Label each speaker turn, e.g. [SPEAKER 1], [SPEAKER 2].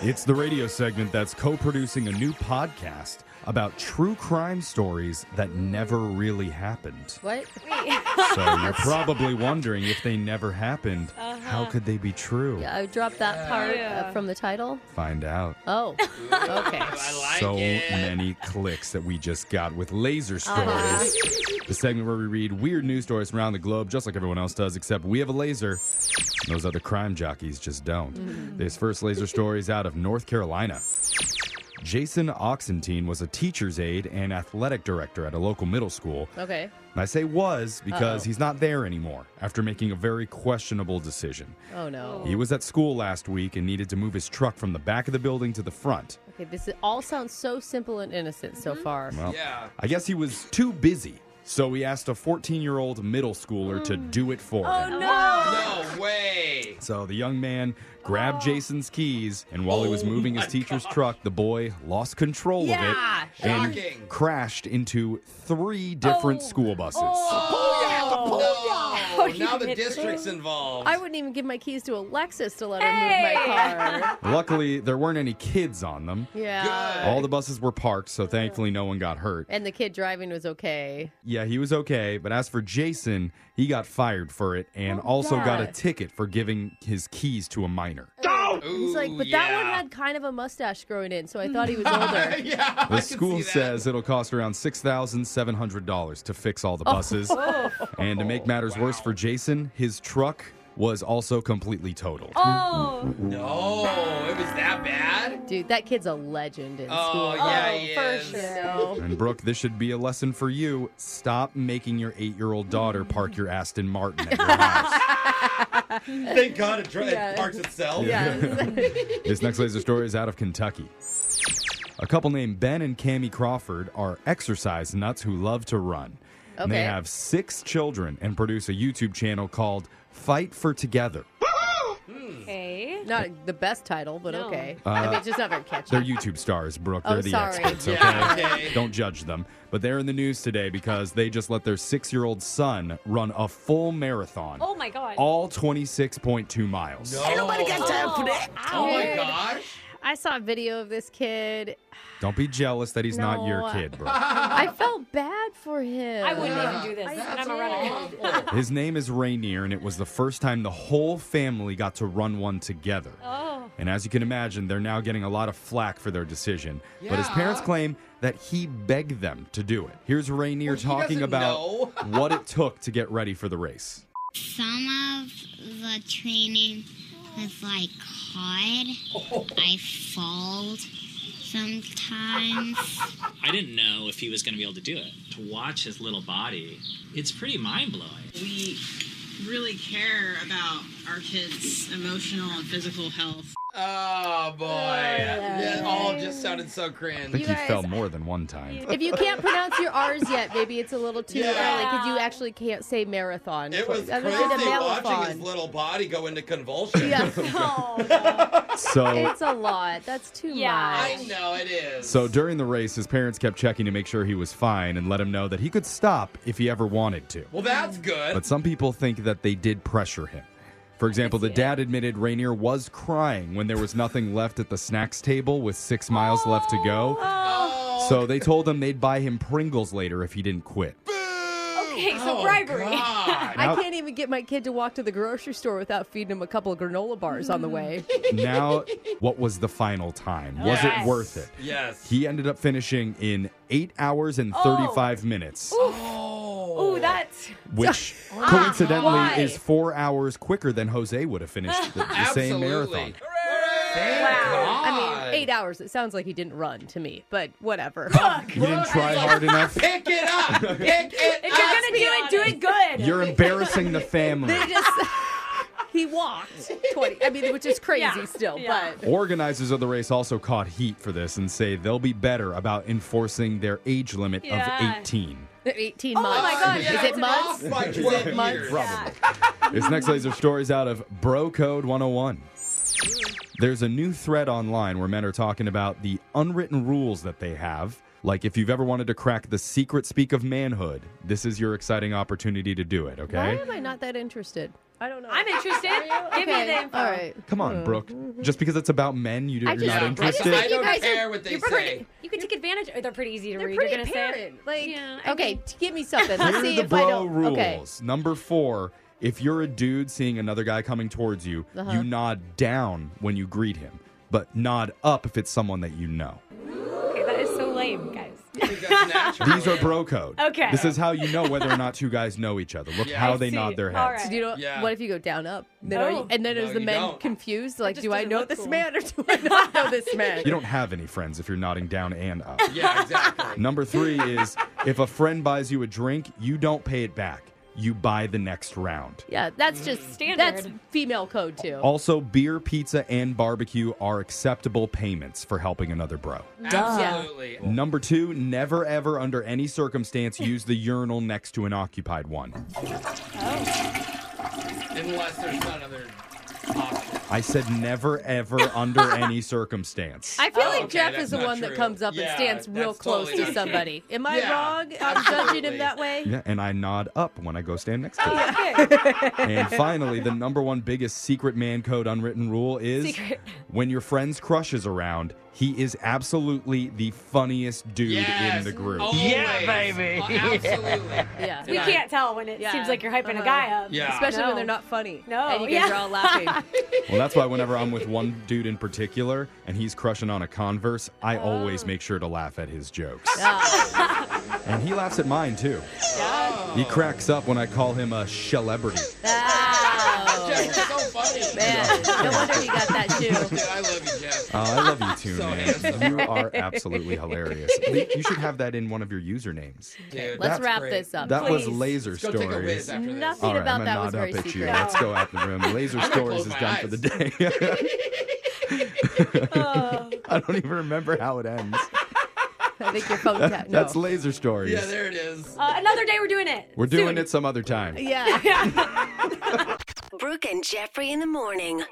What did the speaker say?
[SPEAKER 1] It's the radio segment that's co producing a new podcast about true crime stories that never really happened.
[SPEAKER 2] What?
[SPEAKER 1] So you're probably wondering if they never happened, how could they be true?
[SPEAKER 2] I dropped that part uh, from the title.
[SPEAKER 1] Find out.
[SPEAKER 2] Oh, okay.
[SPEAKER 1] so many clicks that we just got with laser stories.
[SPEAKER 2] Uh-huh.
[SPEAKER 1] The segment where we read weird news stories from around the globe, just like everyone else does, except we have a laser. And those other crime jockeys just don't.
[SPEAKER 2] Mm.
[SPEAKER 1] This first laser story is out of North Carolina. Jason Oxentine was a teacher's aide and athletic director at a local middle school.
[SPEAKER 2] Okay.
[SPEAKER 1] And I say was because
[SPEAKER 2] Uh-oh.
[SPEAKER 1] he's not there anymore after making a very questionable decision.
[SPEAKER 2] Oh no.
[SPEAKER 1] He was at school last week and needed to move his truck from the back of the building to the front.
[SPEAKER 2] Okay, this is, all sounds so simple and innocent so far.
[SPEAKER 1] Well, yeah. I guess he was too busy, so he asked a 14 year old middle schooler to
[SPEAKER 2] Mm.
[SPEAKER 1] do it for
[SPEAKER 2] Oh,
[SPEAKER 3] Oh,
[SPEAKER 1] him.
[SPEAKER 4] No way.
[SPEAKER 1] So the young man
[SPEAKER 2] Oh.
[SPEAKER 1] grabbed Jason's keys, and while he was moving his teacher's truck, the boy lost control of
[SPEAKER 2] Yeah,
[SPEAKER 1] it and
[SPEAKER 4] shocking.
[SPEAKER 1] crashed into three different school buses.
[SPEAKER 2] Oh.
[SPEAKER 4] Oh,
[SPEAKER 3] you
[SPEAKER 4] now the
[SPEAKER 3] did it.
[SPEAKER 4] district's involved.
[SPEAKER 2] I wouldn't even give my keys to Alexis to let her move my car.
[SPEAKER 1] Luckily, there weren't any kids on them.
[SPEAKER 2] Yeah.
[SPEAKER 1] All the buses were parked, so thankfully no one got hurt.
[SPEAKER 2] And the kid driving was okay.
[SPEAKER 1] Yeah, he was okay, but as for Jason, he got fired for it and also got a
[SPEAKER 2] Oh God.
[SPEAKER 1] ticket for giving his keys to a minor.
[SPEAKER 2] He's like, but that one had kind of a mustache growing in, so I thought he was older.
[SPEAKER 4] yeah,
[SPEAKER 1] The school says it'll cost around $6,700 to fix all the
[SPEAKER 2] Oh.
[SPEAKER 1] buses. and to make matters worse for Jason, his truck was also completely totaled.
[SPEAKER 3] Oh,
[SPEAKER 4] No, it was that bad.
[SPEAKER 2] Dude, that kid's a legend in
[SPEAKER 4] Oh,
[SPEAKER 2] school.
[SPEAKER 4] yeah,
[SPEAKER 3] Oh,
[SPEAKER 4] he
[SPEAKER 3] for
[SPEAKER 4] is.
[SPEAKER 3] sure.
[SPEAKER 2] No.
[SPEAKER 1] And Brooke, this should be a lesson for you. Stop making your eight year old daughter park your Aston Martin at your house.
[SPEAKER 4] Thank God it, dri- it
[SPEAKER 2] Yeah.
[SPEAKER 4] parks itself.
[SPEAKER 2] Yes.
[SPEAKER 1] this next laser story is out of Kentucky. A couple named Ben and Cammie Crawford are exercise nuts who love to run. And they
[SPEAKER 2] Okay.
[SPEAKER 1] have six children and produce a YouTube channel called Fight for Together.
[SPEAKER 3] okay.
[SPEAKER 2] not the best title, but
[SPEAKER 3] No.
[SPEAKER 2] okay.
[SPEAKER 4] Uh,
[SPEAKER 2] I mean, it's just not very catchy.
[SPEAKER 1] They're YouTube stars, Brooke.
[SPEAKER 2] Oh,
[SPEAKER 1] They're the
[SPEAKER 2] sorry.
[SPEAKER 1] experts, okay?
[SPEAKER 4] Yeah, okay.
[SPEAKER 1] Don't judge them. But they're in the news today because they just let their six year old son run a full marathon.
[SPEAKER 3] Oh my god.
[SPEAKER 1] All 26.2 miles.
[SPEAKER 4] No. Nobody got
[SPEAKER 3] time for that.
[SPEAKER 4] Oh my
[SPEAKER 2] Dude.
[SPEAKER 4] gosh.
[SPEAKER 2] I saw a video of this kid.
[SPEAKER 1] Don't be jealous that he's not your
[SPEAKER 2] No.
[SPEAKER 1] kid, Brooke.
[SPEAKER 2] I felt bad for him.
[SPEAKER 3] I wouldn't even do this. and I'm a runner.
[SPEAKER 1] His name is Rainier, and it was the first time the whole family got to run one together.
[SPEAKER 3] Oh.
[SPEAKER 1] And as you can imagine, they're now getting a lot of flack for their decision. But his
[SPEAKER 4] Yeah.
[SPEAKER 1] parents claim that he begged them to do it. Here's Rainier
[SPEAKER 4] he
[SPEAKER 1] talking
[SPEAKER 4] doesn't
[SPEAKER 1] about
[SPEAKER 4] know.
[SPEAKER 1] what it took to get ready for the race.
[SPEAKER 5] Some of the training was like hard. I falled sometimes.
[SPEAKER 6] I didn't know if he was going to be able to do it. To watch his little body, it's pretty mind blowing.
[SPEAKER 7] we really care about our kids' emotional and physical health.
[SPEAKER 4] Oh boy. That all just sounded so
[SPEAKER 1] I
[SPEAKER 4] cringe.
[SPEAKER 1] think
[SPEAKER 2] You
[SPEAKER 1] he
[SPEAKER 2] guys-
[SPEAKER 1] fell more than one time.
[SPEAKER 2] If you can't pronounce your R's yet, maybe it's a little too early 'cause
[SPEAKER 4] Yeah.
[SPEAKER 2] early because you actually can't say marathon.
[SPEAKER 4] It was
[SPEAKER 2] I
[SPEAKER 4] crazy
[SPEAKER 2] mean, it's a
[SPEAKER 4] watching his
[SPEAKER 2] marathon.
[SPEAKER 4] little body go into convulsions.
[SPEAKER 2] Yes.
[SPEAKER 1] So
[SPEAKER 2] it's a lot. That's too
[SPEAKER 3] Yeah.
[SPEAKER 2] much.
[SPEAKER 4] I know it is.
[SPEAKER 1] so during the race, his parents kept checking to make sure he was fine and let him know that he could stop if he ever wanted to.
[SPEAKER 4] well, that's good.
[SPEAKER 1] But some people think that they did pressure him. For example, the dad admitted Rainier was crying when there was nothing left at the snacks table with six miles left to go.
[SPEAKER 4] oh,
[SPEAKER 1] So they told him they'd buy him Pringles later if he didn't quit.
[SPEAKER 3] Okay, so
[SPEAKER 4] oh,
[SPEAKER 3] bribery.
[SPEAKER 4] God.
[SPEAKER 2] I can't even get my kid to walk to the grocery store without feeding him a couple of granola bars on the way.
[SPEAKER 1] Now, what was the final time? Was
[SPEAKER 3] Yes.
[SPEAKER 1] it worth it?
[SPEAKER 4] Yes.
[SPEAKER 1] He ended up finishing in 8 hours and 35 minutes,
[SPEAKER 4] oh.
[SPEAKER 3] Ooh, that's
[SPEAKER 1] which coincidentally
[SPEAKER 3] Why?
[SPEAKER 1] is 4 hours quicker than Jose would have finished the, the same marathon.
[SPEAKER 4] Thank
[SPEAKER 3] Wow.
[SPEAKER 4] God.
[SPEAKER 2] I mean, eight hours. It sounds like he didn't run to me, but whatever.
[SPEAKER 1] He didn't try hard enough.
[SPEAKER 4] Pick it up. Pick it
[SPEAKER 3] if
[SPEAKER 4] up.
[SPEAKER 3] you're gonna do it, do it good.
[SPEAKER 1] You're embarrassing the family.
[SPEAKER 2] They just he walked twenty. I mean, which is crazy
[SPEAKER 3] Yeah.
[SPEAKER 2] still,
[SPEAKER 3] Yeah.
[SPEAKER 2] but
[SPEAKER 1] Organizers of the race also caught heat for this and say they'll be better about enforcing their age limit
[SPEAKER 3] Yeah.
[SPEAKER 1] of 18.
[SPEAKER 2] eighteen months.
[SPEAKER 3] my God,
[SPEAKER 2] Oh is
[SPEAKER 4] yeah,
[SPEAKER 2] it months?
[SPEAKER 4] Off by
[SPEAKER 1] Is
[SPEAKER 4] 12
[SPEAKER 1] it
[SPEAKER 4] years.
[SPEAKER 2] months?
[SPEAKER 1] Probably. this next laser story is out of Bro Code 101. There's a new thread online where men are talking about the unwritten rules that they have Like if you've ever wanted to crack the secret speak of manhood, this is your exciting opportunity to do it,
[SPEAKER 2] Why
[SPEAKER 1] okay?
[SPEAKER 2] am I not that interested? I don't know.
[SPEAKER 3] I'm interested. Give me the info.
[SPEAKER 2] All right. Hmm.
[SPEAKER 1] Come on, Brooke. Just because it's about men, you do,
[SPEAKER 2] Mm-hmm. I
[SPEAKER 1] you're
[SPEAKER 2] just-
[SPEAKER 1] not
[SPEAKER 2] I just
[SPEAKER 1] interested.
[SPEAKER 2] think
[SPEAKER 4] I don't
[SPEAKER 2] you guys
[SPEAKER 4] care
[SPEAKER 2] are-
[SPEAKER 4] what they
[SPEAKER 2] you're
[SPEAKER 4] say.
[SPEAKER 2] pretty-
[SPEAKER 3] You can take advantage. Oh, they're pretty easy to
[SPEAKER 2] They're
[SPEAKER 3] read.
[SPEAKER 2] pretty
[SPEAKER 3] You're gonna say.
[SPEAKER 2] apparent. Like,
[SPEAKER 3] Yeah, I
[SPEAKER 2] okay,
[SPEAKER 3] mean-
[SPEAKER 2] t- give me something. Let's
[SPEAKER 1] Here
[SPEAKER 2] see
[SPEAKER 1] are the
[SPEAKER 2] if I
[SPEAKER 1] bro
[SPEAKER 2] don't.
[SPEAKER 1] rules.
[SPEAKER 2] Okay.
[SPEAKER 1] Number four: If you're a dude seeing another guy coming towards you,
[SPEAKER 2] Uh-huh.
[SPEAKER 1] you nod down when you greet him, but nod up if it's someone that you know.
[SPEAKER 3] Okay, that is so lame, guys.
[SPEAKER 2] Ah.
[SPEAKER 1] These are bro code.
[SPEAKER 3] Okay.
[SPEAKER 1] This is how you know whether or not two guys know each other. Look
[SPEAKER 4] Yeah.
[SPEAKER 1] how
[SPEAKER 3] I
[SPEAKER 1] they
[SPEAKER 3] see.
[SPEAKER 1] nod their
[SPEAKER 3] All
[SPEAKER 1] heads.
[SPEAKER 3] right.
[SPEAKER 2] Do you know
[SPEAKER 4] Yeah.
[SPEAKER 2] what if you go down up? Then
[SPEAKER 3] Oh.
[SPEAKER 2] are you- and then
[SPEAKER 4] No,
[SPEAKER 2] is the
[SPEAKER 4] you
[SPEAKER 2] men
[SPEAKER 4] don't.
[SPEAKER 2] confused? Like,
[SPEAKER 3] just
[SPEAKER 2] do I
[SPEAKER 3] didn't
[SPEAKER 2] know
[SPEAKER 3] look
[SPEAKER 2] this
[SPEAKER 3] cool.
[SPEAKER 2] man or do I not know this man?
[SPEAKER 1] You don't have any friends if you're nodding down and up.
[SPEAKER 4] Yeah, exactly.
[SPEAKER 1] Number three is if a friend buys you a drink, you don't pay it back. You buy the next round.
[SPEAKER 2] yeah, that's just
[SPEAKER 3] Standard.
[SPEAKER 2] That's female code too.
[SPEAKER 1] Also, beer, pizza, and barbecue are acceptable payments for helping another bro.
[SPEAKER 4] Absolutely.
[SPEAKER 1] Number two, never ever under any circumstance use the urinal next to an occupied one.
[SPEAKER 4] Unless there's another option.
[SPEAKER 1] I said never ever under any circumstance.
[SPEAKER 2] I feel
[SPEAKER 4] Oh,
[SPEAKER 2] like
[SPEAKER 4] okay,
[SPEAKER 2] Jeff
[SPEAKER 4] that's
[SPEAKER 2] is the
[SPEAKER 4] not
[SPEAKER 2] one that
[SPEAKER 4] true.
[SPEAKER 2] comes up
[SPEAKER 4] Yeah,
[SPEAKER 2] and stands real
[SPEAKER 4] that's
[SPEAKER 2] close
[SPEAKER 4] totally not
[SPEAKER 2] to
[SPEAKER 4] true.
[SPEAKER 2] somebody. Am I
[SPEAKER 4] Yeah,
[SPEAKER 2] wrong? I'm judging him
[SPEAKER 4] absolutely.
[SPEAKER 2] that way.
[SPEAKER 1] Yeah, and I nod up when I go stand next to it.
[SPEAKER 3] Okay.
[SPEAKER 1] And finally, the number one biggest secret man code unwritten rule is
[SPEAKER 3] Secret.
[SPEAKER 1] when your friend's crush is around, he is absolutely the funniest dude
[SPEAKER 4] Yes.
[SPEAKER 1] in the group.
[SPEAKER 4] Always.
[SPEAKER 8] Yeah, baby.
[SPEAKER 4] Oh, absolutely.
[SPEAKER 2] Yeah.
[SPEAKER 3] We
[SPEAKER 2] Yeah.
[SPEAKER 3] can't tell when it
[SPEAKER 2] Yeah.
[SPEAKER 3] seems like you're hyping
[SPEAKER 2] Uh-huh.
[SPEAKER 3] a guy up.
[SPEAKER 4] Yeah.
[SPEAKER 2] Especially
[SPEAKER 3] No.
[SPEAKER 2] when they're not funny.
[SPEAKER 3] No,
[SPEAKER 2] And you guys
[SPEAKER 3] yeah.
[SPEAKER 2] are all laughing.
[SPEAKER 1] Well, that's why whenever I'm with one dude in particular and he's crushing on a Converse, I always make sure to laugh at his jokes.
[SPEAKER 2] Yeah.
[SPEAKER 1] And he laughs at mine too. He cracks up when I call him a celebrity.
[SPEAKER 2] Wow.
[SPEAKER 4] Jeff, you're so funny.
[SPEAKER 2] Man, no wonder he got that shoe.
[SPEAKER 4] Dude, I love you, Jeff.
[SPEAKER 1] Oh, I love you too,
[SPEAKER 4] So handsome.
[SPEAKER 1] man. You are absolutely hilarious. You should have that in one of your usernames.
[SPEAKER 2] Let's
[SPEAKER 4] Dude,
[SPEAKER 1] That's
[SPEAKER 2] wrap
[SPEAKER 4] great.
[SPEAKER 2] this up.
[SPEAKER 1] That was
[SPEAKER 3] Please.
[SPEAKER 1] Laser
[SPEAKER 4] Let's go take a whiz
[SPEAKER 1] Stories.
[SPEAKER 4] after this.
[SPEAKER 2] Nothing
[SPEAKER 1] All right,
[SPEAKER 2] about
[SPEAKER 1] I'm
[SPEAKER 2] that
[SPEAKER 1] gonna
[SPEAKER 2] was
[SPEAKER 1] nod
[SPEAKER 2] very
[SPEAKER 1] up at you.
[SPEAKER 2] secret.
[SPEAKER 1] Let's go out the room. Laser
[SPEAKER 4] gonna
[SPEAKER 1] Stories
[SPEAKER 4] close
[SPEAKER 1] is
[SPEAKER 4] my
[SPEAKER 1] done for
[SPEAKER 4] eyes.
[SPEAKER 1] the day.
[SPEAKER 3] Oh.
[SPEAKER 1] I don't even remember how it ends.
[SPEAKER 2] I think your phone tap. Uh, No.
[SPEAKER 1] That's Laser Stories.
[SPEAKER 4] Yeah, there it is.
[SPEAKER 3] Uh, another day, we're doing it.
[SPEAKER 1] We're doing
[SPEAKER 3] Soon.
[SPEAKER 1] it some other time.
[SPEAKER 2] yeah.
[SPEAKER 9] Brooke and Jeffrey in the morning.